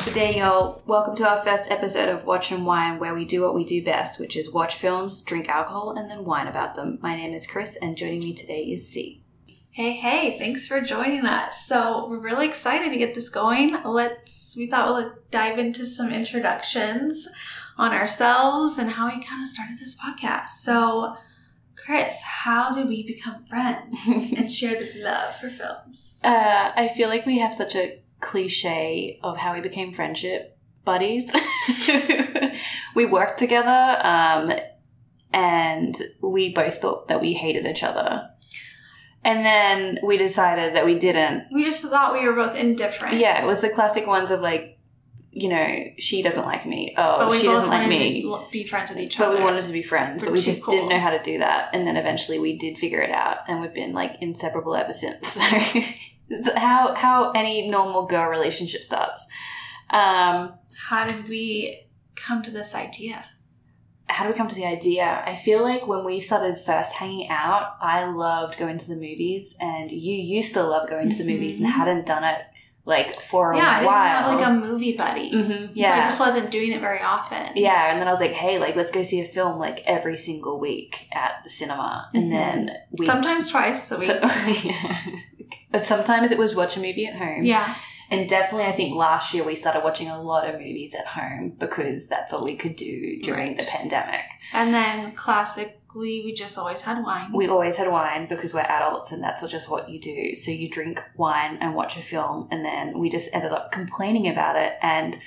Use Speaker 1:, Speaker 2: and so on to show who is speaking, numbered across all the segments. Speaker 1: for Daniel. Welcome to our first episode of Watch and Wine, where we do what we do best, which is watch films, drink alcohol, and then whine about them. My name is Chris, and joining me today is C.
Speaker 2: Hey, hey, thanks for joining us. So, we're really excited to get this going. Let's, we thought we'll dive into some introductions on ourselves and how we kind of started this podcast. So, Chris, how did we become friends and share this love for films?
Speaker 1: Uh, I feel like we have such a cliche of how we became friendship buddies. we worked together, um, and we both thought that we hated each other. And then we decided that we didn't.
Speaker 2: We just thought we were both indifferent.
Speaker 1: Yeah, it was the classic ones of like, you know, she doesn't like me. Oh,
Speaker 2: But we
Speaker 1: she
Speaker 2: both
Speaker 1: doesn't like
Speaker 2: wanted
Speaker 1: me.
Speaker 2: to be friends with each
Speaker 1: But
Speaker 2: other.
Speaker 1: we wanted to be friends,
Speaker 2: We're
Speaker 1: but we
Speaker 2: too
Speaker 1: just
Speaker 2: cool.
Speaker 1: didn't know how to do that. And then eventually we did figure it out, and we've been like inseparable ever since. So it's how how any normal girl relationship starts. Um,
Speaker 2: How did we come to this idea?
Speaker 1: how do we come to the idea? I feel like when we started first hanging out, I loved going to the movies, and you used to love going to the movies and
Speaker 2: Mhm.
Speaker 1: hadn't done it like for
Speaker 2: yeah, I
Speaker 1: a
Speaker 2: didn't
Speaker 1: while.
Speaker 2: have like a movie buddy.
Speaker 1: Mhm,
Speaker 2: So I
Speaker 1: yeah.
Speaker 2: just wasn't doing it very often.
Speaker 1: Yeah, and then I was like, hey, like let's go see a film like every single week at the cinema, and
Speaker 2: Mhm.
Speaker 1: then we
Speaker 2: Sometimes twice a week.
Speaker 1: So- yeah. But sometimes it was watch a movie at home.
Speaker 2: yeah.
Speaker 1: And definitely, I think last year we started watching a lot of movies at home because that's all we could do during
Speaker 2: Right.
Speaker 1: the pandemic.
Speaker 2: And then classically, we just always had wine.
Speaker 1: We always had wine because we're adults and that's what- just what you do. So you drink wine and watch a film, and then we just ended up complaining about it. And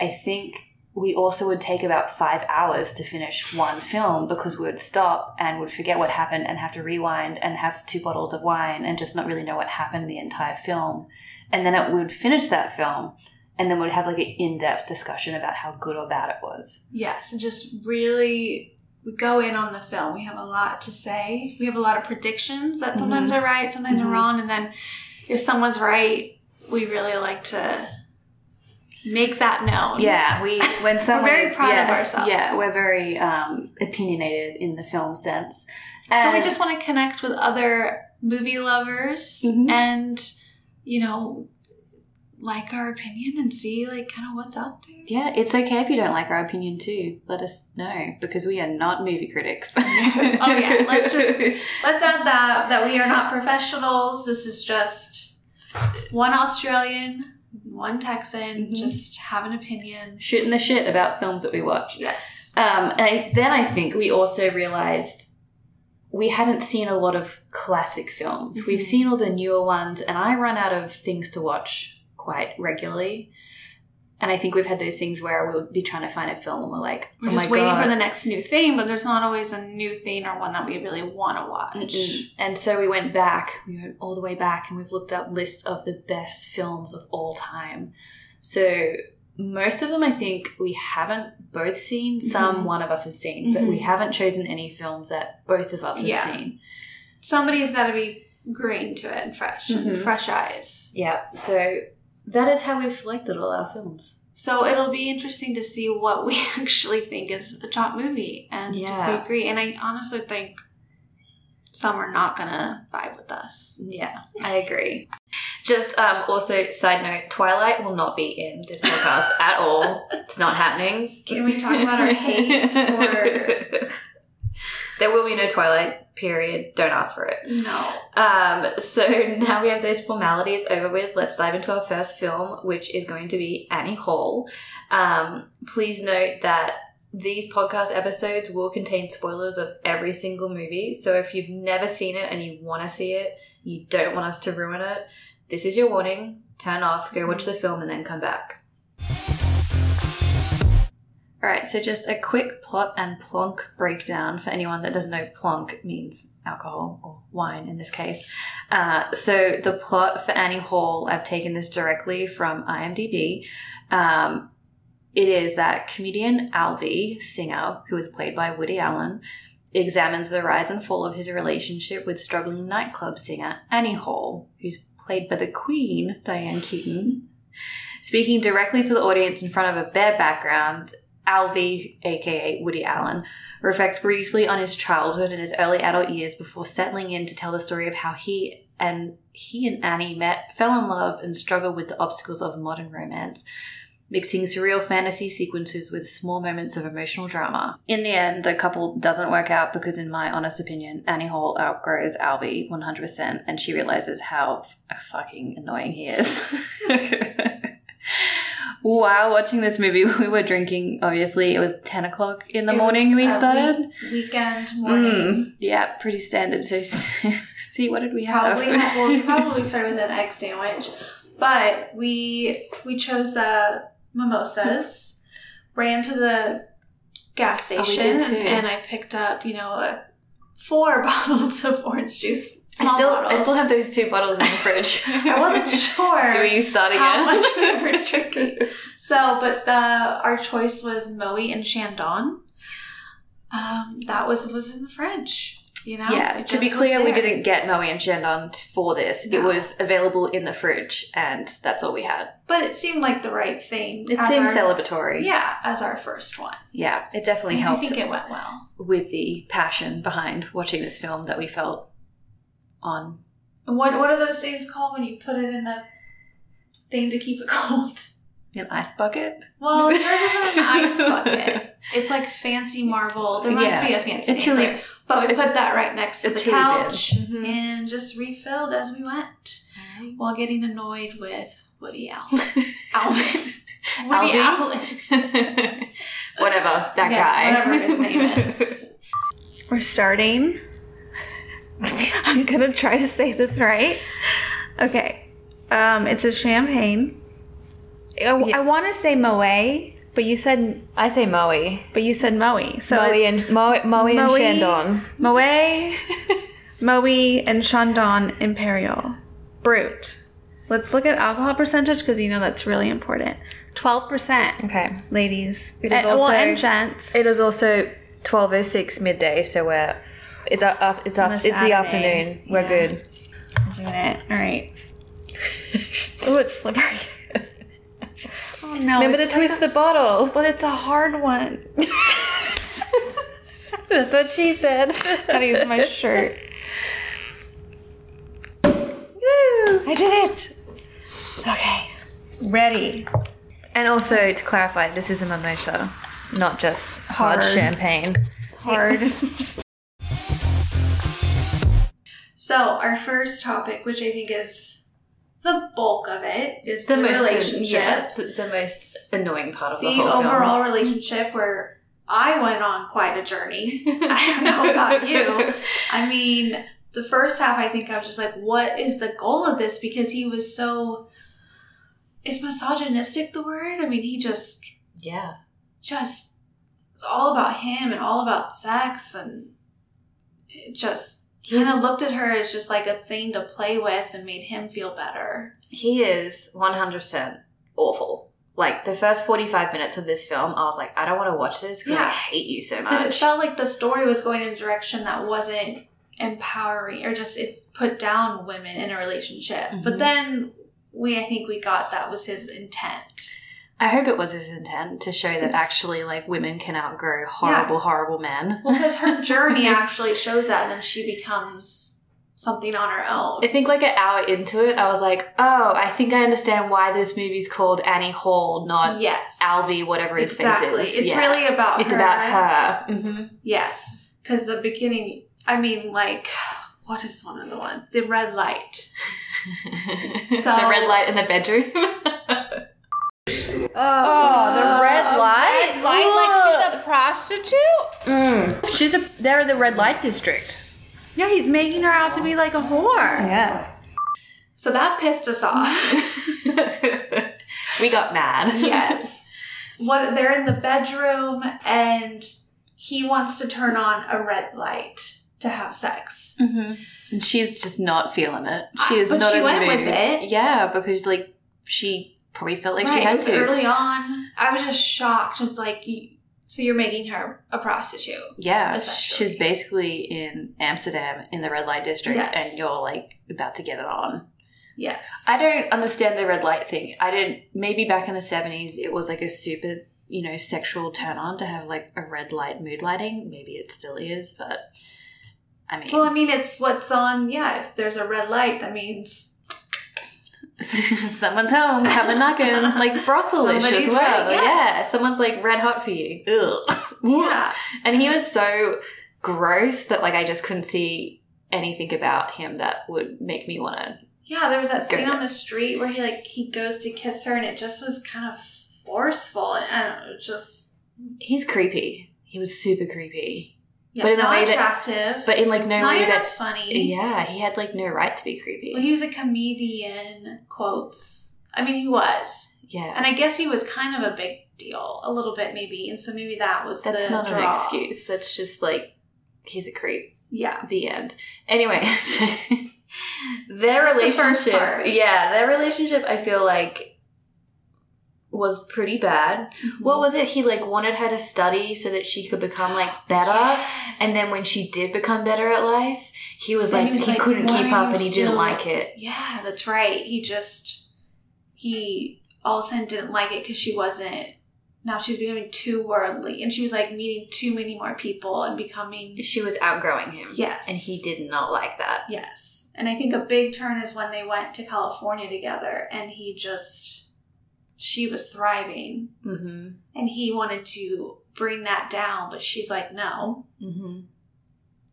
Speaker 1: I think we also would take about five hours to finish one film because we would stop and would forget what happened and have to rewind and have two bottles of wine and just not really know what happened the entire film. And then it, we would finish that film and then we'd have like an in depth discussion about how good or bad it was.
Speaker 2: yes, and just really we go in on the film. We have a lot to say. We have a lot of predictions that sometimes are right, sometimes
Speaker 1: Mhm.
Speaker 2: are wrong, and then if someone's right, we really like to make that known.
Speaker 1: Yeah, we when someone
Speaker 2: very
Speaker 1: is-
Speaker 2: proud of
Speaker 1: yeah,
Speaker 2: ourselves.
Speaker 1: Yeah, we're very um, opinionated in the film sense.
Speaker 2: so we just want to connect with other movie lovers
Speaker 1: Mhm.
Speaker 2: and you know like our opinion and see like kind of what's out there.
Speaker 1: Yeah, it's okay if you don't like our opinion too. Let us know because we are not movie critics. oh
Speaker 2: yeah, let's just- Let's add that that we are not professionals. This is just one Australian, one Texan,
Speaker 1: Mhm.
Speaker 2: just have an opinion.
Speaker 1: shooting the shit about films that we watch.
Speaker 2: Yes.
Speaker 1: Um, and I, then I think we also realized we hadn't seen a lot of classic films. We've
Speaker 2: Mhm.
Speaker 1: seen all the newer ones, and I run out of things to watch quite regularly. And I think we've had those things where we'll be trying to find a film and we're like,
Speaker 2: We're
Speaker 1: oh
Speaker 2: just
Speaker 1: my
Speaker 2: waiting
Speaker 1: God.
Speaker 2: for the next new thing, but there's not always a new thing or one that we really want to watch.
Speaker 1: Mm-mm. And so we went back, we went all the way back, and we've looked up lists of the best films of all time. So most of them, I think, we haven't both seen. Some
Speaker 2: Mhm.
Speaker 1: one of us has seen, but we
Speaker 2: Mhm.
Speaker 1: haven't chosen any films that both of us have
Speaker 2: Yeah.
Speaker 1: seen.
Speaker 2: Somebody's got to be green to it and fresh, and
Speaker 1: Mhm.
Speaker 2: fresh eyes.
Speaker 1: Yeah. So that is how we've selected all our films.
Speaker 2: So it'll be interesting to see what we actually think is a top movie and if
Speaker 1: Yeah.
Speaker 2: we agree. And I honestly think some are not gonna vibe with us.
Speaker 1: Yeah, I agree. Just um, also, side note: Twilight will not be in this podcast at all. It's not happening.
Speaker 2: Can we talk about our hate for
Speaker 1: There will be no Twilight, period. Don't ask for it.
Speaker 2: no?
Speaker 1: Um, so now we have those formalities over with. Let's dive into our first film, which is going to be Annie Hall. Um, please note that these podcast episodes will contain spoilers of every single movie. So if you've never seen it and you want to see it, you don't want us to ruin it, this is your warning. Turn off, go watch the film, and then come back. All right, so just a quick plot and plonk breakdown for anyone that doesn't know plonk means alcohol or wine in this case. Uh, so the plot for Annie Hall, I've taken this directly from IMDb. Um, it is that comedian Alvy, singer, who is played by Woody Allen, examines the rise and fall of his relationship with struggling nightclub singer Annie Hall, who's played by the Queen, Diane Keaton. Speaking directly to the audience in front of a bare background, Alvy, aka Woody Allen, reflects briefly on his childhood and his early adult years before settling in to tell the story of how he and he and Annie met, fell in love, and struggled with the obstacles of modern romance. mixing surreal fantasy sequences with small moments of emotional drama. In the end, the couple doesn't work out because, in my honest opinion, Annie Hall outgrows Albie 100% and she realizes how f- fucking annoying he is. While watching this movie, we were drinking, obviously. It was 10 o'clock in the
Speaker 2: It was
Speaker 1: morning we
Speaker 2: a
Speaker 1: started.
Speaker 2: week- weekend morning.
Speaker 1: Mm, yeah, pretty standard. So, see, what did we have?
Speaker 2: Probably well, we probably started with an egg sandwich, but we we chose uh, mimosas, ran to the gas
Speaker 1: Oh, we
Speaker 2: station,
Speaker 1: did too.
Speaker 2: and I picked up you know uh, four bottles of orange juice. Small
Speaker 1: I still, I
Speaker 2: bottles.
Speaker 1: still have those two bottles in the fridge.
Speaker 2: I wasn't sure.
Speaker 1: Do you start again?
Speaker 2: how much we were drinking. So, but the our choice was Moe and Chandon. Um, that was was in the fridge, you know.
Speaker 1: yeah.
Speaker 2: It
Speaker 1: To be
Speaker 2: just was
Speaker 1: clear, we
Speaker 2: there.
Speaker 1: didn't get Moe and Chandon t- for this. It
Speaker 2: No.
Speaker 1: was available in the fridge, and that's all we had.
Speaker 2: But it seemed like the right thing.
Speaker 1: It
Speaker 2: as
Speaker 1: seemed
Speaker 2: our-
Speaker 1: celebratory.
Speaker 2: Yeah, as our first one.
Speaker 1: Yeah, It definitely
Speaker 2: And I
Speaker 1: helped
Speaker 2: think it went well.
Speaker 1: with the passion behind watching this film that we felt on.
Speaker 2: And what what are those things called when you put it in the thing to keep it cold?
Speaker 1: An ice bucket.
Speaker 2: Well, yours isn't an ice bucket. It's like fancy marble. There must
Speaker 1: Yeah.
Speaker 2: be a fancy
Speaker 1: A
Speaker 2: name
Speaker 1: chili-
Speaker 2: for it. But we put that right next to
Speaker 1: A
Speaker 2: the
Speaker 1: chili bin.
Speaker 2: couch
Speaker 1: Mhm.
Speaker 2: and just refilled as we went while getting annoyed with Woody Allen. Alvin. Woody
Speaker 1: Alvin?
Speaker 2: Allen.
Speaker 1: whatever that
Speaker 2: Yes,
Speaker 1: guy.
Speaker 2: Whatever his name is. We're starting. I'm gonna try to say this right. Okay. Um, it's a champagne. I,
Speaker 3: Yeah.
Speaker 2: want to say Moe, but you said
Speaker 3: I say Moe.
Speaker 2: but you said Moe. So
Speaker 3: Moe
Speaker 2: it's
Speaker 3: and Moe, Moe and
Speaker 2: Moe.
Speaker 3: Shandon.
Speaker 2: Moe, Moe, and Chandon Imperial Brut. Let's look at alcohol percentage because you know that's really important. Twelve percent,
Speaker 3: Okay.
Speaker 2: ladies.
Speaker 3: It is
Speaker 2: and, well,
Speaker 3: also-
Speaker 2: and gents.
Speaker 3: It is also twelve oh six midday, so we're it's a, af- it's
Speaker 2: a
Speaker 3: af- it's the
Speaker 2: Saturday.
Speaker 3: afternoon. We're
Speaker 2: Yeah.
Speaker 3: good.
Speaker 2: doing it. All right. Oh, it's slippery. oh no!
Speaker 3: Remember to
Speaker 2: it's
Speaker 3: twist
Speaker 2: like
Speaker 3: the bottle.
Speaker 2: a- but it's a hard one.
Speaker 3: That's what she said.
Speaker 2: Gotta use my shirt.
Speaker 3: Woo.
Speaker 2: I did it. Okay. Ready.
Speaker 3: And also to clarify, this is a mimosa, not just hard,
Speaker 2: Hard.
Speaker 3: champagne.
Speaker 2: Hard. so our first topic, which I think is the bulk of it, is the, relationship.
Speaker 1: yeah, the, the most annoying part of the,
Speaker 2: the
Speaker 1: whole film.
Speaker 2: overall relationship where I went on quite a journey. I don't know about you. I mean, the first half, I think I was just like, what is the goal of this? Because he was so. Is misogynistic the word? I mean, he just.
Speaker 1: Yeah.
Speaker 2: just It's all about him and all about sex and. It just. Kind of looked at her as just like a thing to play with and made him feel better.
Speaker 1: He is 100% awful. Like, the first 45 minutes of this film, I was like, I don't want to watch this because I
Speaker 2: Yeah.
Speaker 1: hate you so
Speaker 2: Because it
Speaker 1: much.
Speaker 2: felt like the story was going in a direction that wasn't empowering or just it put down women in a relationship.
Speaker 1: Mhm.
Speaker 2: But then we, I think we got that was his intent.
Speaker 1: I hope it was his intent to show that
Speaker 2: It's-
Speaker 1: actually, like, women can outgrow horrible, horrible men.
Speaker 2: Well, because her journey actually shows that, and she becomes something on her own.
Speaker 1: I think, like, an hour into it, I was like, oh, I think I understand why this movie's called Annie Hall, not
Speaker 2: yes,
Speaker 1: Alvy, whatever his
Speaker 2: Exactly.
Speaker 1: face is.
Speaker 2: It's
Speaker 1: Yeah.
Speaker 2: really about
Speaker 1: It's
Speaker 2: her.
Speaker 1: about her. Mm-hmm.
Speaker 2: Yes, because the beginning. I mean, like, what is one of the ones? The red light.
Speaker 1: the
Speaker 2: So-
Speaker 1: red light in the bedroom.
Speaker 2: Oh,
Speaker 3: Oh, the red light?
Speaker 4: Red light, like she's a prostitute?
Speaker 3: Mm. She's a they're in the red light district.
Speaker 2: Yeah, he's making her out to be like a whore.
Speaker 3: Yeah.
Speaker 2: So that pissed us off.
Speaker 1: we got mad.
Speaker 2: yes. What they're in the bedroom and he wants to turn on a red light to have sex.
Speaker 1: Mm, And she's just not feeling it. She is
Speaker 2: Ah, But
Speaker 1: not
Speaker 2: she
Speaker 1: in
Speaker 2: went
Speaker 1: the mood.
Speaker 2: with it.
Speaker 1: Yeah, because like she probably felt like she
Speaker 2: Right, it
Speaker 1: had
Speaker 2: was
Speaker 1: to.
Speaker 2: early on. I was just shocked. It's like, you- so you're making her a prostitute.
Speaker 1: Yeah,
Speaker 2: Essentially.
Speaker 1: she's basically in Amsterdam in the red light district,
Speaker 2: Yes.
Speaker 1: and you're like about to get it on.
Speaker 2: Yes.
Speaker 1: I don't understand the red light thing. I didn't. Maybe back in the seventies, it was like a super, you know, sexual turn on to have like a red light mood lighting. Maybe it still is, but I mean,
Speaker 2: well, I mean, it's what's on. Yeah, if there's a red light, that means
Speaker 1: someone's home, come and knock in. Like brothelish as
Speaker 2: Somebody's
Speaker 1: well.
Speaker 2: right,
Speaker 1: Yeah, someone's like red hot for you. Ugh.
Speaker 2: Yeah.
Speaker 1: And he was so gross that like I just couldn't see anything about him that would make me want to.
Speaker 2: Yeah, there was that
Speaker 1: Good.
Speaker 2: scene on the street where he like he goes to kiss her and it just was kind of forceful and I don't know, just
Speaker 1: He's creepy. He was super creepy,
Speaker 2: yeah,
Speaker 1: But in a
Speaker 2: not
Speaker 1: way that-
Speaker 2: attractive,
Speaker 1: but in like no
Speaker 2: not
Speaker 1: way
Speaker 2: even
Speaker 1: that.
Speaker 2: funny.
Speaker 1: Yeah, he had like no right to be creepy.
Speaker 2: Well, he was a comedian, quotes. I mean, he was,
Speaker 1: yeah,
Speaker 2: and I guess he was kind of a big deal, a little bit maybe, and so maybe that was
Speaker 1: that's
Speaker 2: the
Speaker 1: not an
Speaker 2: draw.
Speaker 1: excuse. That's just like he's a creep.
Speaker 2: Yeah,
Speaker 1: the end. Anyway, so their
Speaker 2: That's the first
Speaker 1: relationship,
Speaker 2: part.
Speaker 1: yeah, their relationship, I feel like was pretty bad. What was it? He like wanted her to study so that she could become like better, and then when she did become better at life, he was
Speaker 2: Then
Speaker 1: like
Speaker 2: he
Speaker 1: he,
Speaker 2: was like,
Speaker 1: couldn't
Speaker 2: "Why
Speaker 1: keep
Speaker 2: are
Speaker 1: up
Speaker 2: you
Speaker 1: and he didn't
Speaker 2: still-
Speaker 1: like it.
Speaker 2: yeah, that's right. He just he all of a sudden didn't like it because she wasn't. Now she was becoming too worldly, and she was like meeting too many more people and becoming
Speaker 1: She was outgrowing him.
Speaker 2: Yes.
Speaker 1: and he did not like that.
Speaker 2: Yes. And I think a big turn is when they went to California together and he just, she was thriving
Speaker 1: Mm-hmm.
Speaker 2: and he wanted to bring that down, but she's like, no, oh,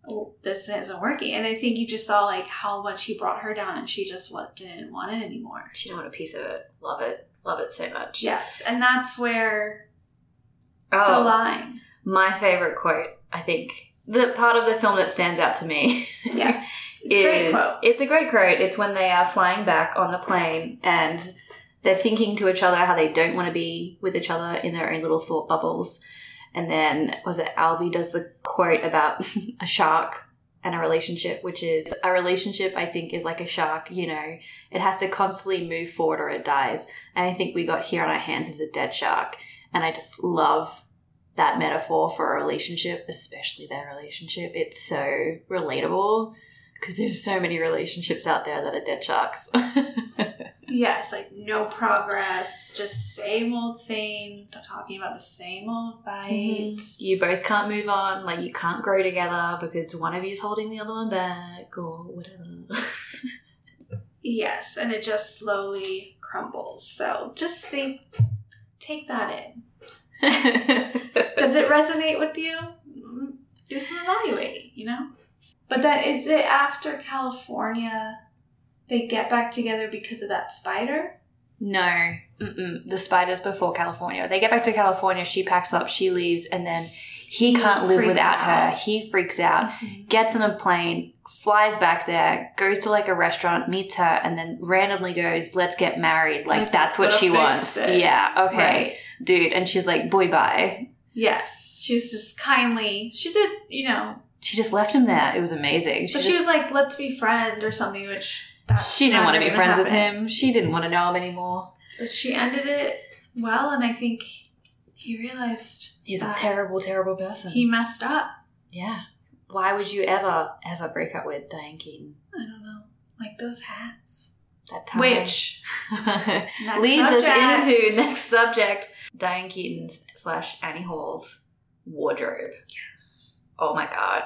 Speaker 1: Mm-hmm.
Speaker 2: this isn't working. And I think you just saw like how much he brought her down and she just what, didn't want it anymore.
Speaker 1: She didn't want a piece of it. Love it. Love it so much.
Speaker 2: Yes. And that's where the
Speaker 1: Oh,
Speaker 2: line.
Speaker 1: my favorite quote. I think the part of the film that stands out to me
Speaker 2: Yes. It's a great
Speaker 1: is
Speaker 2: quote.
Speaker 1: it's a great quote. It's when they are flying back on the plane and they're thinking to each other how they don't want to be with each other in their own little thought bubbles. And then was it Albie does the quote about a shark and a relationship, which is a relationship I think is like a shark, you know, it has to constantly move forward or it dies. And I think we got here on our hands as a dead shark. And I just love that metaphor for a relationship, especially their relationship. It's so relatable because there's so many relationships out there that are dead sharks.
Speaker 2: Mm-hmm. Yes. Like no progress, just same old thing, talking about the same old fights.
Speaker 1: you both can't move on, like you can't grow together because one of you is holding the other one back or whatever.
Speaker 2: Yes, and it just slowly crumbles. So just see, take that in. Does it resonate with you? Mm, Do some evaluating, you know? But then is it after California they get back together because of that spider?
Speaker 1: no, Mm-mm. the spiders before California. They get back to California, she packs up, she leaves, and then he can't live
Speaker 2: freaks
Speaker 1: without her.
Speaker 2: out.
Speaker 1: He freaks out,
Speaker 2: Mm-hmm.
Speaker 1: gets on a plane, flies back there, goes to like a restaurant, meets her, and then randomly goes, "Let's get married." Like,
Speaker 2: Like,
Speaker 1: that's what
Speaker 2: that'll
Speaker 1: she
Speaker 2: fix
Speaker 1: wants.
Speaker 2: it.
Speaker 1: Yeah, okay,
Speaker 2: Right.
Speaker 1: dude. And she's like, "Boy, bye."
Speaker 2: Yes. She was just kindly. She did, you know,
Speaker 1: She just left him there. It was "Ah, amazing. She,
Speaker 2: but she,
Speaker 1: just-
Speaker 2: was like, let's be friend or something, which that's
Speaker 1: she didn't
Speaker 2: not
Speaker 1: want to be
Speaker 2: even
Speaker 1: friends with
Speaker 2: happening.
Speaker 1: him. She didn't want to know him anymore.
Speaker 2: But she ended it well, and I think he realized
Speaker 1: He's
Speaker 2: Uh,
Speaker 1: a terrible, terrible person.
Speaker 2: he messed up.
Speaker 1: yeah. Why would you ever, ever break up with Diane Keaton?
Speaker 2: I don't know, like those hats.
Speaker 1: That time.
Speaker 2: Which next
Speaker 1: leads us
Speaker 2: subject.
Speaker 1: into next subject: Diane Keaton's slash Annie Hall's wardrobe. Yes. Oh my god.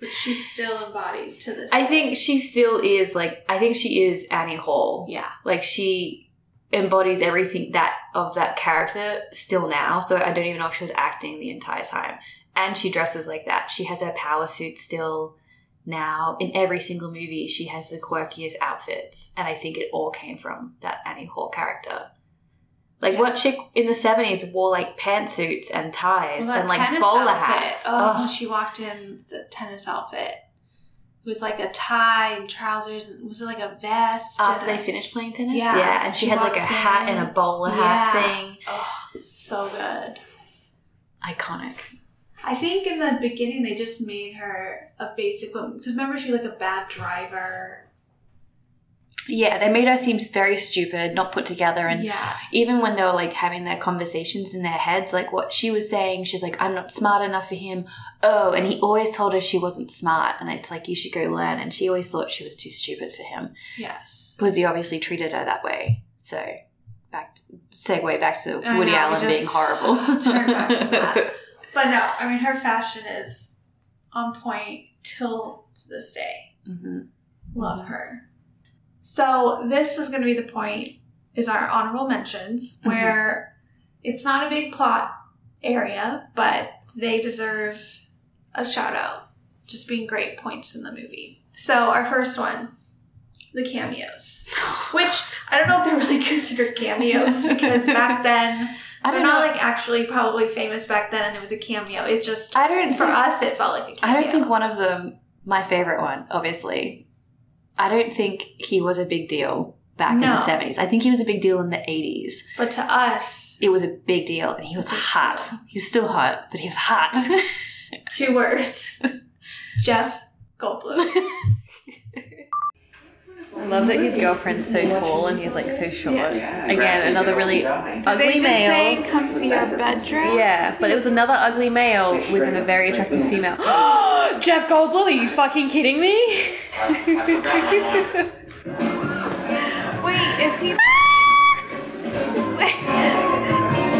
Speaker 2: Which she still embodies to this.
Speaker 1: I think she still is like. I think she is Annie Hall.
Speaker 2: yeah,
Speaker 1: like she embodies everything that of that character still now so i don't even know if she was acting the entire time and she dresses like that she has her power suit still now in every single movie she has the quirkiest outfits and i think it all came from that annie hall character like
Speaker 2: Yeah.
Speaker 1: what chick in the 70s wore like pantsuits and ties
Speaker 2: Well, that
Speaker 1: and like
Speaker 2: tennis
Speaker 1: bowler
Speaker 2: outfit.
Speaker 1: hats
Speaker 2: Oh,
Speaker 1: Ugh.
Speaker 2: she walked in the tennis outfit. It was like a tie and trousers. and Was it like a vest?
Speaker 1: after
Speaker 2: and
Speaker 1: they
Speaker 2: a-
Speaker 1: finished playing tennis
Speaker 2: Yeah.
Speaker 1: and she,
Speaker 2: She
Speaker 1: had like a
Speaker 2: walks
Speaker 1: hat
Speaker 2: in.
Speaker 1: and a bowler
Speaker 2: Yeah.
Speaker 1: hat thing
Speaker 2: Oh, so good.
Speaker 1: iconic
Speaker 2: I think in the beginning they just made her a basic woman because remember she was like a bad driver.
Speaker 1: Yeah, they made her seem very stupid, not put together, and
Speaker 2: yeah,
Speaker 1: even when they were like having their conversations in their heads, like what she was saying, she's like, "I'm not smart enough for him." Oh, and he always told her she wasn't smart, and it's like you should go learn. And she always thought she was too stupid for him
Speaker 2: yes.
Speaker 1: because he obviously treated her that way. So back to, segue back to
Speaker 2: I
Speaker 1: Woody
Speaker 2: know, we
Speaker 1: Allen being
Speaker 2: just
Speaker 1: horrible.
Speaker 2: turned back to that. But no, I mean her fashion is on point till this day.
Speaker 1: Mhm.
Speaker 2: Love her. So this is going to be the point is our honorable mentions
Speaker 1: Mm-hmm.
Speaker 2: where it's not a big plot area, but they deserve a shout out just being great points in the movie. So our first one, the cameos, which I don't know if they're really considered cameos because back then
Speaker 1: I
Speaker 2: they're
Speaker 1: don't
Speaker 2: not
Speaker 1: know.
Speaker 2: like actually probably famous back then, and it was a cameo. It just
Speaker 1: I don't
Speaker 2: for
Speaker 1: think-
Speaker 2: us it felt like a cameo.
Speaker 1: I don't think one of them. My favorite one, obviously. I don't think he was a big deal back in
Speaker 2: No.
Speaker 1: the seventies. I think he was a big deal in the eighties.
Speaker 2: but to us,
Speaker 1: It was a big deal, and he was
Speaker 2: Big
Speaker 1: hot.
Speaker 2: deal.
Speaker 1: He's still hot, but he was hot.
Speaker 2: two words: Jeff Goldblum.
Speaker 3: I love that his girlfriend's so tall and he's like so short. Again, another really
Speaker 2: Did they
Speaker 3: ugly
Speaker 2: just
Speaker 3: male.
Speaker 2: say, "Come see our bedroom"?
Speaker 3: Yeah, but it was another ugly male within a very attractive female. Jeff Goldblum, are you fucking kidding me?
Speaker 2: Wait, is he?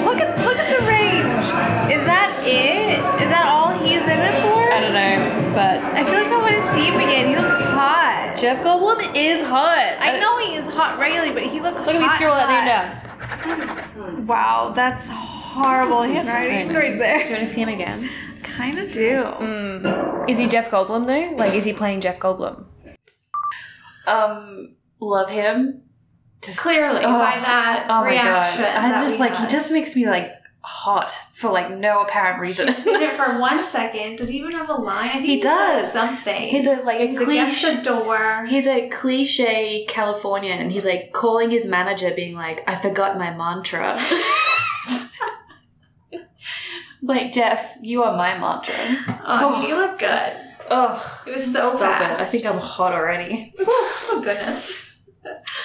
Speaker 2: look at look at the range.
Speaker 4: Is that it? Is that all he's in
Speaker 3: I
Speaker 4: it for?
Speaker 3: don't know, but
Speaker 4: I feel like I want to see him again. He looked hot.
Speaker 3: Jeff Goldblum is hot.
Speaker 4: I know he is hot regularly, but he looked
Speaker 3: Look at me
Speaker 4: hot,
Speaker 3: scroll that name
Speaker 4: hot.
Speaker 3: down.
Speaker 4: Wow, that's horrible handwriting right
Speaker 3: Do
Speaker 4: there.
Speaker 3: you want to see him again?
Speaker 4: Kind of do.
Speaker 3: Is he Jeff Goldblum though? Like, is he playing Jeff Goldblum?
Speaker 1: um, love him. Just
Speaker 2: Clearly,
Speaker 1: Oh,
Speaker 2: by that
Speaker 1: oh my
Speaker 2: reaction,
Speaker 1: god!
Speaker 2: that
Speaker 1: I just
Speaker 2: we
Speaker 1: like
Speaker 2: had.
Speaker 1: he just makes me like hot for like no apparent reason.
Speaker 2: did it for one second. Does he even have a line? I think
Speaker 1: He
Speaker 2: says
Speaker 1: does.
Speaker 2: something.
Speaker 1: He's a like a
Speaker 2: He's against
Speaker 1: cliche.
Speaker 2: the door.
Speaker 1: He's a cliche Californian, and he's like calling his manager, being like, "I forgot my mantra." like Jeff, you are my mantra.
Speaker 2: oh, you look good.
Speaker 1: Oh,
Speaker 2: It was so fast.
Speaker 1: I think I'm hot already.
Speaker 2: oh goodness.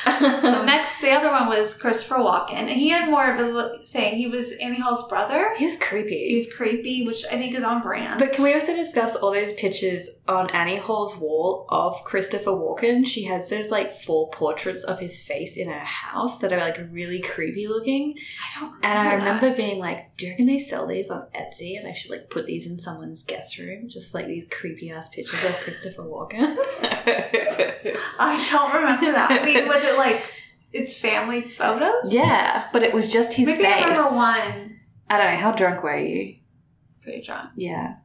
Speaker 1: Um,
Speaker 2: The next, the other one was Christopher Walken. He had more of a look- thing. He was Annie Hall's brother.
Speaker 1: he was
Speaker 2: He
Speaker 1: creepy.
Speaker 2: was creepy, which I think is on brand.
Speaker 1: But can we also discuss all those pictures on Annie Hall's wall of Christopher Walken? She has those like four portraits of his face in her house that are like really creepy looking.
Speaker 2: I don't
Speaker 1: And I remember
Speaker 2: that.
Speaker 1: being like, do you reckon they sell these on Etsy and I should like put these in someone's guest room? Just like these creepy ass pictures of Christopher Walken.
Speaker 2: I don't remember that. I mean, was it like it's family photos?
Speaker 1: yeah, but it was just his
Speaker 2: Maybe
Speaker 1: face.
Speaker 2: I
Speaker 1: I,
Speaker 2: remember one.
Speaker 1: don't know, how drunk were you?
Speaker 2: Pretty drunk.
Speaker 1: Yeah.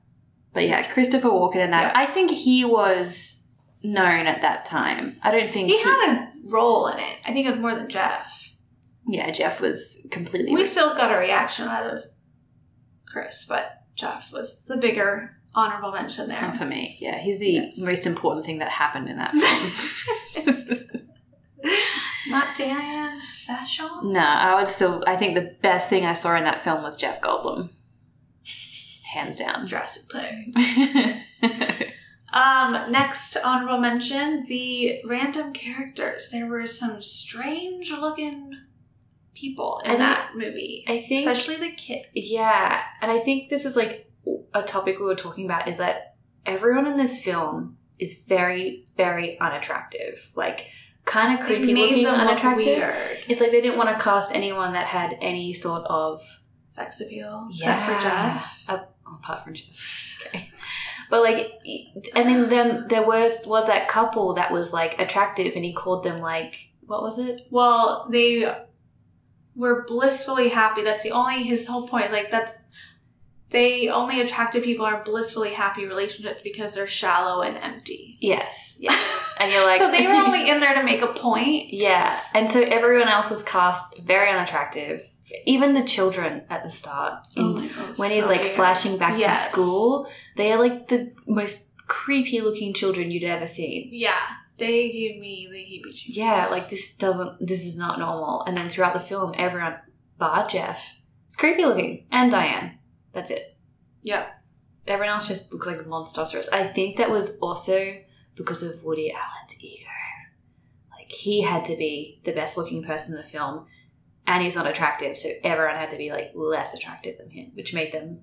Speaker 1: But yeah, Christopher Walken and that. I think he was known at that time. I don't think
Speaker 2: He had a role in it. I think it was more than Jeff.
Speaker 1: Yeah, Jeff was completely.
Speaker 2: We still got a reaction out of Chris, but Jeff was the bigger honorable mention
Speaker 1: Oh,
Speaker 2: there.
Speaker 1: for me, yeah, he's the
Speaker 2: Yes.
Speaker 1: most important thing that happened in that film.
Speaker 2: Not Diane's fashion.
Speaker 1: no, I would still. I think the best thing I saw in that film was Jeff Goldblum, hands down.
Speaker 2: Jurassic player.
Speaker 1: yeah,
Speaker 2: Um, next honorable mention, the random characters. There were some strange looking people in
Speaker 1: I think-
Speaker 2: that movie.
Speaker 1: I think-
Speaker 2: Especially the kids.
Speaker 1: and I think this is like a topic we were talking about is that everyone in this film is very, very unattractive, like kind of
Speaker 2: They
Speaker 1: creepy looking,
Speaker 2: look
Speaker 1: unattractive.
Speaker 2: weird.
Speaker 1: It's like they didn't want to cast anyone that had any sort of
Speaker 2: Sex appeal.
Speaker 1: Yeah.
Speaker 2: Except for Jeff.
Speaker 1: Oh, apart from Jeff. okay. But like, and then then there was was that couple that was like attractive, and he called them like what was it?
Speaker 2: Well, they were blissfully happy. That's the only his whole point. Like that's they only attractive people are blissfully happy relationships because they're shallow and empty.
Speaker 1: Yes, yes. And you're like,
Speaker 2: so they were only in there to make a point.
Speaker 1: yeah. And so everyone else was cast very unattractive, even the children at the start.
Speaker 2: Oh
Speaker 1: And
Speaker 2: my God,
Speaker 1: when he's
Speaker 2: so
Speaker 1: like
Speaker 2: weird.
Speaker 1: flashing back
Speaker 2: Yes.
Speaker 1: to school, they are like the most creepy looking children you'd ever seen.
Speaker 2: Yeah. They gave me the heebie jeebies.
Speaker 1: yeah, like this doesn't, this is not normal. And then throughout the film, everyone, bar Jeff, it's creepy looking, and Diane. That's it.
Speaker 2: Yep.
Speaker 1: Everyone else just looks like monstrous. I think that was also because of Woody Allen's ego. Like, he had to be the best looking person in the film, and he's not attractive, so everyone had to be, like, less attractive than him, which made them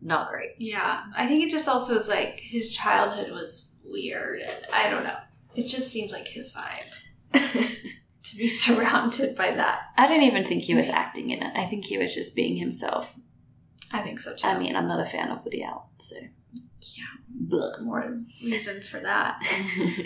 Speaker 1: not great.
Speaker 2: Yeah. I think it just also is like his childhood was weird and I don't know. It just seems like his vibe to be surrounded by that.
Speaker 1: I don't even think he was acting in it. I think he was just being himself.
Speaker 2: I think so too.
Speaker 1: I mean, I'm not a fan of Woody Allen, so.
Speaker 2: Yeah.
Speaker 1: Blah.
Speaker 2: more reasons for that.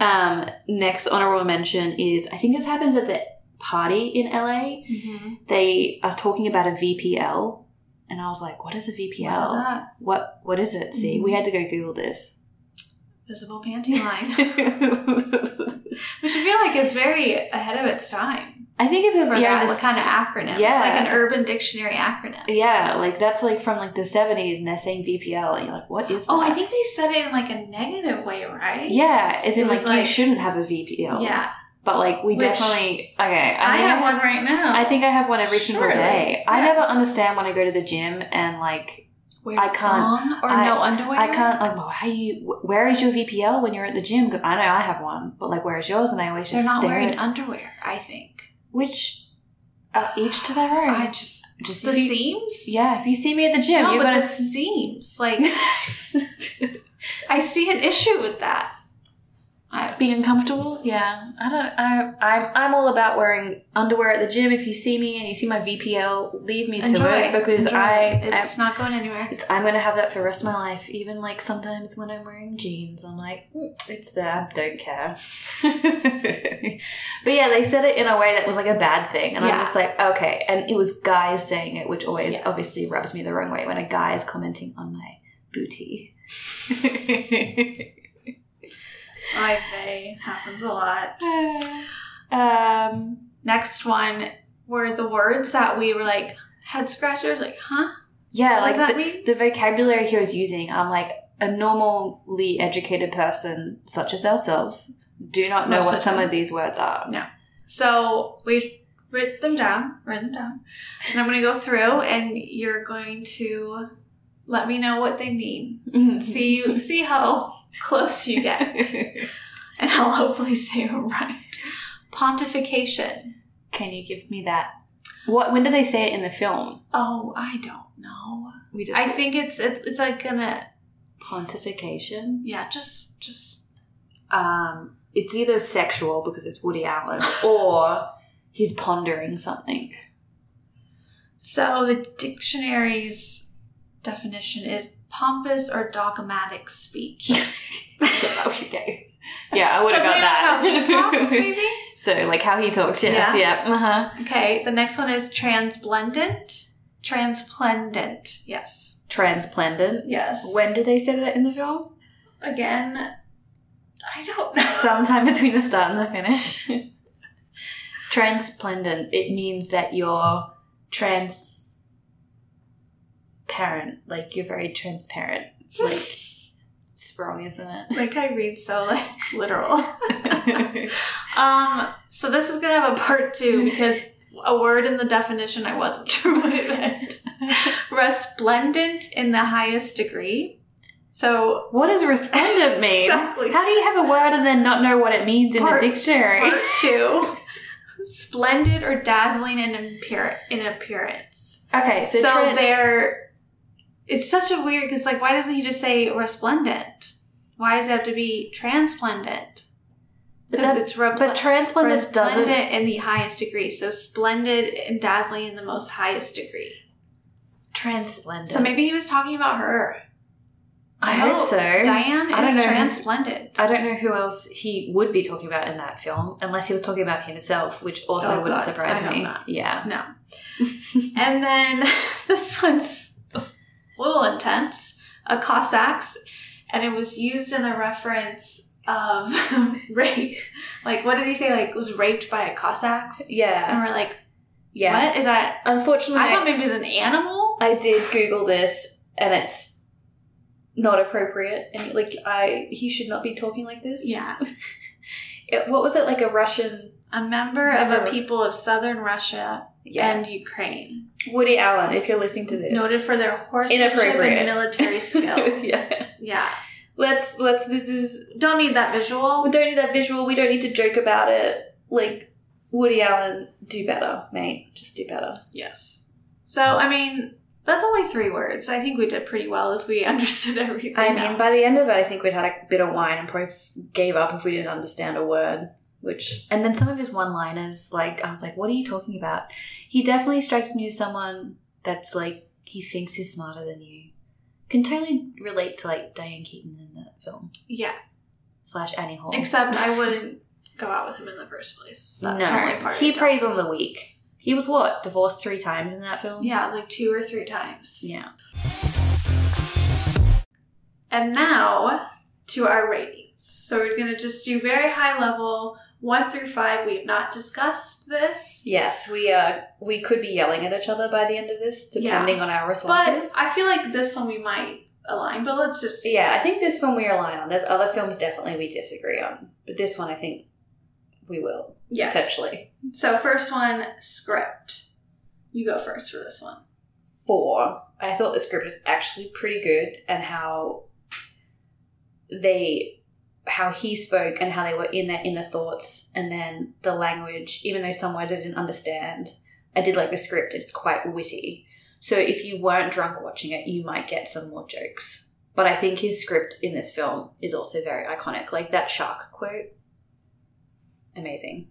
Speaker 1: Um, next honorable mention is I think this happens at the party in LA. Mm-hmm. They are talking about a VPL, and I was like, "What is a VPL?
Speaker 2: What is that? Mm-hmm.
Speaker 1: What what is it?" See, we had to go Google this.
Speaker 2: Visible panty line, which I feel like is very ahead of its time.
Speaker 1: I think if it was
Speaker 2: For
Speaker 1: yeah,
Speaker 2: that
Speaker 1: this-
Speaker 2: kind of acronym.
Speaker 1: yeah.
Speaker 2: It's like an Urban Dictionary acronym.
Speaker 1: yeah, like that's like from like the seventies, and they're saying VPL, and you're like, "What is?"
Speaker 2: Oh, I
Speaker 1: that?"
Speaker 2: think they said it in like a negative way, right?
Speaker 1: yeah, as
Speaker 2: It
Speaker 1: in
Speaker 2: was
Speaker 1: like, you shouldn't have a VPL.
Speaker 2: Yeah,
Speaker 1: but like we
Speaker 2: Which-
Speaker 1: definitely okay.
Speaker 2: I,
Speaker 1: I, think I
Speaker 2: have one right now.
Speaker 1: I think I have one every single
Speaker 2: Surely.
Speaker 1: day. I
Speaker 2: Yes.
Speaker 1: never understand when I go to the gym and like
Speaker 2: Wear
Speaker 1: I can't-
Speaker 2: thong or
Speaker 1: I-
Speaker 2: no underwear.
Speaker 1: I can't like well, how you wh- where is your VPL when you're at the gym? 'Cause I know I have one, but like where is yours? And I always
Speaker 2: They're
Speaker 1: just
Speaker 2: not
Speaker 1: stare.
Speaker 2: wearing
Speaker 1: at-
Speaker 2: underwear. I think.
Speaker 1: which uh, each to their own.
Speaker 2: I just
Speaker 1: just
Speaker 2: the
Speaker 1: if you-
Speaker 2: seams.
Speaker 1: yeah, if you see me at the gym,
Speaker 2: No,
Speaker 1: you're
Speaker 2: but
Speaker 1: gonna.
Speaker 2: the seams. Like I see an issue with that. I
Speaker 1: Being uncomfortable, yeah. I don't. I, I'm. I'm all about wearing underwear at the gym. If you see me and you see my VPL, leave me
Speaker 2: enjoy
Speaker 1: to it because
Speaker 2: enjoy.
Speaker 1: I. I-
Speaker 2: it's not going anywhere.
Speaker 1: It's, I'm gonna have that for the rest of my life. Even like sometimes when I'm wearing jeans, I'm like, "Mm, it's there, don't care. but yeah, they said it in a way that was like a bad thing, and I'm
Speaker 2: Yeah.
Speaker 1: just like, okay. And it was guys saying it, which always
Speaker 2: Yes.
Speaker 1: obviously rubs me the wrong way when a guy is commenting on my booty.
Speaker 2: I say happens a lot.
Speaker 1: um,
Speaker 2: Next one were the words that we were like head scratchers, like huh?
Speaker 1: yeah,
Speaker 2: What
Speaker 1: like
Speaker 2: does that
Speaker 1: the,
Speaker 2: mean?
Speaker 1: the vocabulary he was using, I'm like a normally educated person such as ourselves do not know
Speaker 2: Most
Speaker 1: what
Speaker 2: of
Speaker 1: some
Speaker 2: them.
Speaker 1: of these words are.
Speaker 2: So we written them down, written them down, and I'm going to go through, and you're going to let me know what they mean.
Speaker 1: Mm-hmm.
Speaker 2: See you, see how close you get, and I'll hopefully say them right. Pontification.
Speaker 1: Can you give me that? What? When did they say it in the film?
Speaker 2: Oh, I don't know.
Speaker 1: We just
Speaker 2: I think it's it, it's like gonna
Speaker 1: pontification.
Speaker 2: yeah, just just
Speaker 1: Um, it's either sexual because it's Woody Allen, or he's pondering something.
Speaker 2: So the dictionary's definition is pompous or dogmatic speech.
Speaker 1: Yeah, okay. Yeah, I would have
Speaker 2: so
Speaker 1: got
Speaker 2: pretty much
Speaker 1: that.
Speaker 2: How he talks, maybe?
Speaker 1: so, like how he talks. Yes. Yeah. Uh huh.
Speaker 2: Okay, the next one is transplendent. Transplendent. Yes.
Speaker 1: Transplendent.
Speaker 2: Yes.
Speaker 1: When did they say that in the film?
Speaker 2: again? I don't know.
Speaker 1: Sometime between the start and the finish. Transplendent. It means that you're transparent, like you're very transparent. Like, it's wrong, isn't it?
Speaker 2: like I read so like literal. Um so this is gonna have a part two because a word in the definition I wasn't sure what it meant. Resplendent in the highest degree. So
Speaker 1: what does resplendent mean?
Speaker 2: exactly
Speaker 1: How do you have a word and then not know what it means in
Speaker 2: Part-
Speaker 1: the dictionary?
Speaker 2: Part two. Splendid or dazzling in, appear- in appearance.
Speaker 1: okay, so,
Speaker 2: So,
Speaker 1: tran-
Speaker 2: they're. It's such a weird because, like, why doesn't he just say resplendent? Why does it have to be transplendent?
Speaker 1: But
Speaker 2: Because
Speaker 1: that-
Speaker 2: it's re-
Speaker 1: but transplendent
Speaker 2: resplendent
Speaker 1: doesn't.
Speaker 2: in the highest degree. So splendid and dazzling in the most highest degree.
Speaker 1: Transplendent.
Speaker 2: So maybe he was talking about her. Oh,
Speaker 1: I hope so.
Speaker 2: Diane is
Speaker 1: I don't know.
Speaker 2: transplendent.
Speaker 1: I don't know who else he would be talking about in that film, unless he was talking about himself, which also
Speaker 2: Oh,
Speaker 1: wouldn't
Speaker 2: God.
Speaker 1: surprise
Speaker 2: I hope
Speaker 1: me.
Speaker 2: not.
Speaker 1: Yeah.
Speaker 2: No. and then this one's a little intense. A Cossacks, and it was used in a reference of rape. Like, what did he say? Like, was raped by a Cossacks? And
Speaker 1: Yeah.
Speaker 2: we're like,
Speaker 1: Yeah.
Speaker 2: what is that?
Speaker 1: Unfortunately,
Speaker 2: I thought
Speaker 1: Um, I,
Speaker 2: maybe it was an animal.
Speaker 1: I did Google this, and it's not appropriate. And like, I he should not be talking like this.
Speaker 2: Yeah.
Speaker 1: It- what was it like a Russian?
Speaker 2: A member of
Speaker 1: Member.
Speaker 2: a people of southern Russia
Speaker 1: Yeah.
Speaker 2: and Ukraine.
Speaker 1: um, Woody Allen, if you're listening to this,
Speaker 2: Noted for their horsemanship
Speaker 1: Inappropriate.
Speaker 2: and military skill.
Speaker 1: yeah.
Speaker 2: yeah.
Speaker 1: Let's let's. This is
Speaker 2: Don't need that
Speaker 1: we
Speaker 2: visual.
Speaker 1: don't need that visual. We don't need to joke about it. Like Woody Allen, do better, mate. Just do better.
Speaker 2: Yes. So, I mean, that's only three words. I think we did pretty well if we understood everything.
Speaker 1: I mean,
Speaker 2: else.
Speaker 1: by the end of it, I think we'd had a bit of wine and probably f- gave up if we didn't understand a word. Which and then some of his one-liners, like I was like, "What are you talking about?" He definitely strikes me as someone that's like he thinks he's smarter than you. Can totally relate to like Diane Keaton in that film.
Speaker 2: yeah.
Speaker 1: slash Annie Hall.
Speaker 2: Except I wouldn't go out with him in the first place. That's the only
Speaker 1: no,
Speaker 2: part.
Speaker 1: he
Speaker 2: I don't-
Speaker 1: preys on the weak. He was what divorced three times in that film.
Speaker 2: Yeah, it was like two or three times.
Speaker 1: yeah.
Speaker 2: And now to our ratings. So we're going to just do very high level, one through five. We have not discussed this,
Speaker 1: Yes, we uh we could be yelling at each other by the end of this, depending on our
Speaker 2: but
Speaker 1: responses.
Speaker 2: I feel like this one we might align, but let's just
Speaker 1: So yeah, I think this film we align on. There's other films definitely we disagree on, but this one I think we will
Speaker 2: Yes.
Speaker 1: potentially
Speaker 2: So, first one script. You go first for this one.
Speaker 1: four. I thought the script was actually pretty good, and how they how he spoke and how they were in their inner thoughts, and then the language. Even though some words I didn't understand, I did like the script. It's quite witty. So if you weren't drunk watching it, you might get some more jokes. But I think his script in this film is also very iconic. Like that shark quote, amazing.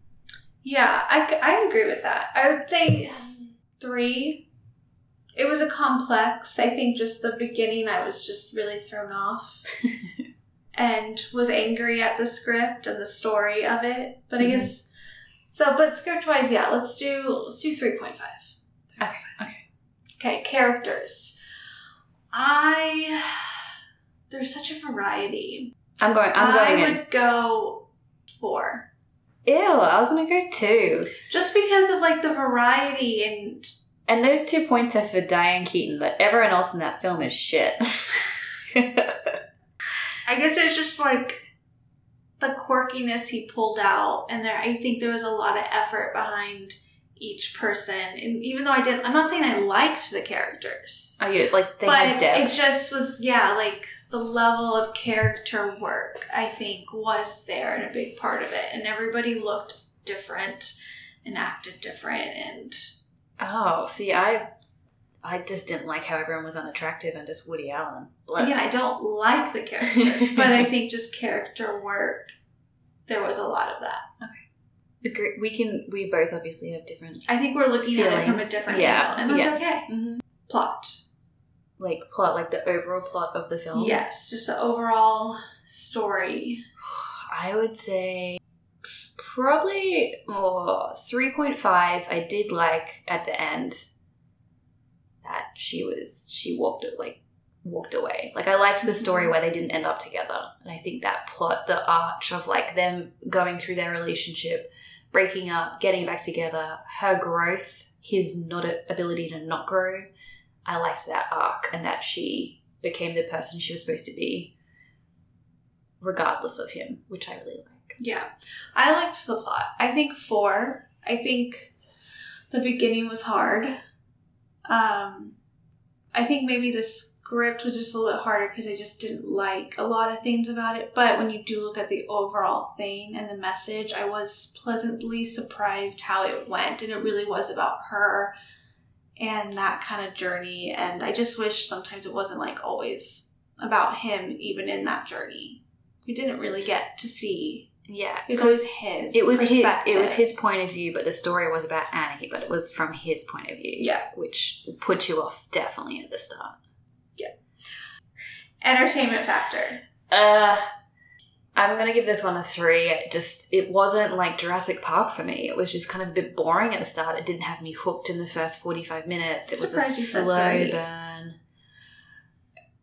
Speaker 2: Yeah, I, c- I agree with that. I would say three. It was a complex. I think just the beginning, I was just really thrown off and was angry at the script and the story of it. But I
Speaker 1: Mhm.
Speaker 2: guess so. But script wise, yeah, let's do let's do three point five.
Speaker 1: Okay, okay.
Speaker 2: Okay, characters. I there's such a variety.
Speaker 1: I'm going. I'm
Speaker 2: I
Speaker 1: going
Speaker 2: would
Speaker 1: in.
Speaker 2: go four.
Speaker 1: Ew! I was gonna go two.
Speaker 2: just because of like the variety and
Speaker 1: And those two points are for Diane Keaton, but everyone else in that film is shit.
Speaker 2: I guess there's just like the quirkiness he pulled out and there I think there was a lot of effort behind each person and even though I didn't I'm not saying I liked the characters
Speaker 1: Are you like they
Speaker 2: but
Speaker 1: have
Speaker 2: it,
Speaker 1: depth?
Speaker 2: it just was yeah like the level of character work I think was there and a big part of it and everybody looked different and acted different and
Speaker 1: oh, see, I, I just didn't like how everyone was unattractive and just Woody Allen. Blech.
Speaker 2: Again, I don't like the characters, but I think just character work, there was a lot of that.
Speaker 1: Agree- We can. We both obviously have different
Speaker 2: I Mm-hmm. think we're looking at it from a
Speaker 1: Feelings.
Speaker 2: different
Speaker 1: Yeah.
Speaker 2: angle, and that's okay.
Speaker 1: Mhm.
Speaker 2: Plot.
Speaker 1: like plot, like the overall plot of the film.
Speaker 2: Yes, just the overall story.
Speaker 1: I would say probably oh, 3.5. I did like at the end that she was she walked like walked away. Like I liked the story where they didn't end up together. And I think that plot, the arch of like them going through their relationship, breaking up, getting back together, her growth, his not ability to not grow. I liked that arc and that she became the person she was supposed to be regardless of him, which I really like.
Speaker 2: Yeah. I liked the plot. I think four. I think the beginning was hard. Um, I think maybe the script was just a little bit harder because I just didn't like a lot of things about it. But when you do look at the overall thing and the message, I was pleasantly surprised how it went. And it really was about her and that kind of journey. And I just wish sometimes it wasn't like always about him, even in that journey. We didn't really get to see
Speaker 1: Yeah.
Speaker 2: it was always his.
Speaker 1: it was his
Speaker 2: perspective.
Speaker 1: it was his point of view, but the story was about Annie, but it was from his point of view.
Speaker 2: Yeah.
Speaker 1: Which put you off definitely at the start.
Speaker 2: entertainment factor.
Speaker 1: Uh I'm gonna give this one a three. It Just it wasn't like Jurassic Park for me. It was just kind of a bit boring at the start. It didn't have me hooked in the first forty five minutes. It was a
Speaker 2: Surprised you said
Speaker 1: slow
Speaker 2: three.
Speaker 1: burn.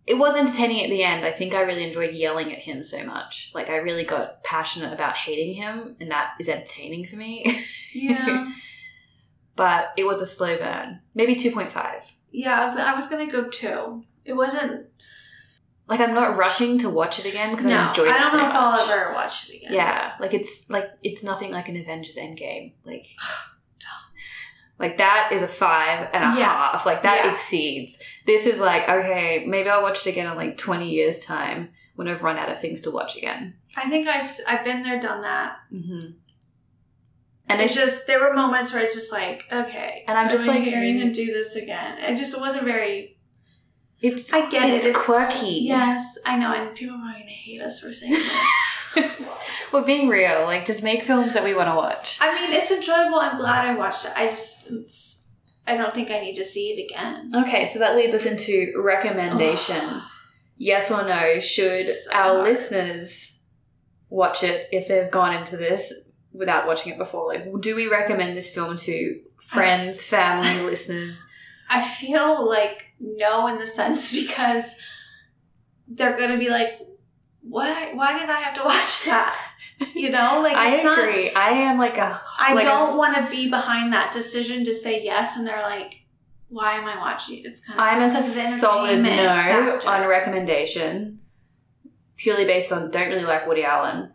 Speaker 1: It was entertaining at the end. I think I really enjoyed yelling at him so much. Like I really got passionate about hating him, and that is entertaining for me.
Speaker 2: Yeah,
Speaker 1: but it was a slow burn. Maybe two point five.
Speaker 2: yeah. I was, I was gonna go two. It wasn't.
Speaker 1: Like I'm not rushing to watch it again because
Speaker 2: no,
Speaker 1: I enjoyed it
Speaker 2: I don't
Speaker 1: so
Speaker 2: know if
Speaker 1: much.
Speaker 2: I'll ever watch it again.
Speaker 1: Yeah, like it's like it's nothing like an Avengers Endgame. Like, like that is a five and a
Speaker 2: Yeah.
Speaker 1: half. Like that
Speaker 2: Yeah.
Speaker 1: exceeds. This is like okay, maybe I'll watch it again in like twenty years' time when I've run out of things to watch again.
Speaker 2: I think I've s- I've been there, done that.
Speaker 1: Mm-hmm. And
Speaker 2: And it's
Speaker 1: it's
Speaker 2: just there were moments where I was just like, okay,
Speaker 1: And I'm just
Speaker 2: am I
Speaker 1: like,
Speaker 2: hearing
Speaker 1: mm.
Speaker 2: him do this again. It just wasn't very.
Speaker 1: it's
Speaker 2: I get
Speaker 1: it's
Speaker 2: it. It's
Speaker 1: quirky.
Speaker 2: yes, I know, and people are probably gonna hate us for saying this.
Speaker 1: we're being real. Like, just make films that we want to watch.
Speaker 2: I mean, it's enjoyable. I'm glad I watched it. I just, it's, I don't think I need to see it again.
Speaker 1: Okay, so that leads us into recommendation. yes or no? Should
Speaker 2: So
Speaker 1: our
Speaker 2: hard.
Speaker 1: listeners watch it if they've gone into this without watching it before? Like, do we recommend this film to friends, family, listeners?
Speaker 2: I feel like no in the sense because they're going to be like, why, why did I have to watch that? You know, like
Speaker 1: I
Speaker 2: it's not
Speaker 1: agree. I am like a.
Speaker 2: I
Speaker 1: like a
Speaker 2: don't
Speaker 1: s-
Speaker 2: want to be behind that decision to say yes, and they're like, "Why am I watching?" It's kind of
Speaker 1: I'm a
Speaker 2: because of the
Speaker 1: solid no
Speaker 2: entertainment factor.
Speaker 1: on recommendation, purely based on don't really like Woody Allen,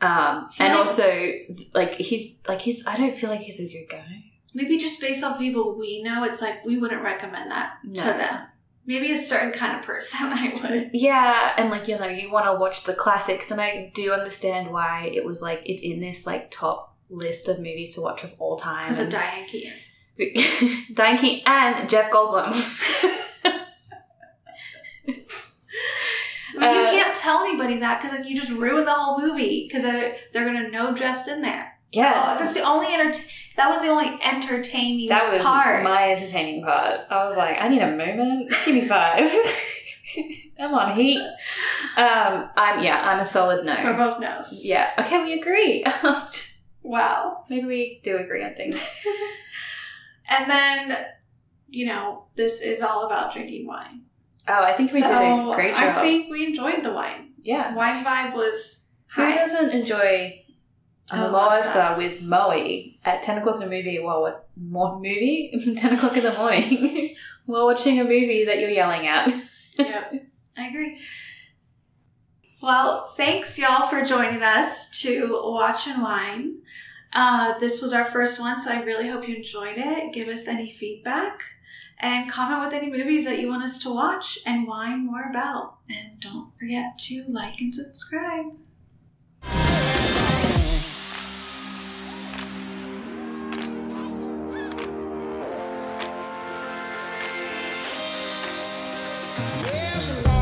Speaker 1: um, and
Speaker 2: Yeah.
Speaker 1: also like he's like he's. I don't feel like he's a good guy.
Speaker 2: Maybe just based off people we know, it's like we wouldn't recommend that
Speaker 1: No.
Speaker 2: to them. Maybe a certain kind of person I would.
Speaker 1: Yeah, and like you know, you want to watch the classics, and I do understand why it was like it's in this like top list of movies to watch of all time.
Speaker 2: As a
Speaker 1: And
Speaker 2: Diane Keaton.
Speaker 1: Diane Keaton and Jeff Goldblum.
Speaker 2: I mean,
Speaker 1: Uh,
Speaker 2: you can't tell anybody that because then you just ruin the whole movie because they're, they're gonna know Jeff's in there. Oh, that's the only enter- That was the only entertaining
Speaker 1: that was
Speaker 2: part.
Speaker 1: my entertaining part. I was like, I need a moment. Give me five. I'm on heat. Um, I'm yeah, I'm a solid no.
Speaker 2: So both knows.
Speaker 1: yeah. Okay, we agree.
Speaker 2: Wow.
Speaker 1: Maybe we do agree on things.
Speaker 2: And then, you know, this is all about drinking wine.
Speaker 1: Oh, I think we did
Speaker 2: So,
Speaker 1: a great job.
Speaker 2: I think we enjoyed the wine.
Speaker 1: yeah.
Speaker 2: Wine vibe was
Speaker 1: Who
Speaker 2: high.
Speaker 1: doesn't enjoy a
Speaker 2: A
Speaker 1: mimosa
Speaker 2: mimosa.
Speaker 1: with Moe at 10 o'clock in the movie while what more movie? 10 o'clock in the morning while watching a movie that you're yelling at.
Speaker 2: yep, I agree. Well, thanks y'all for joining us to Watch and Wine. Uh, this was our first one, so I really hope you enjoyed it. Give us any feedback and comment with any movies that you want us to watch and wine more about. And don't forget to like and subscribe.
Speaker 5: There's a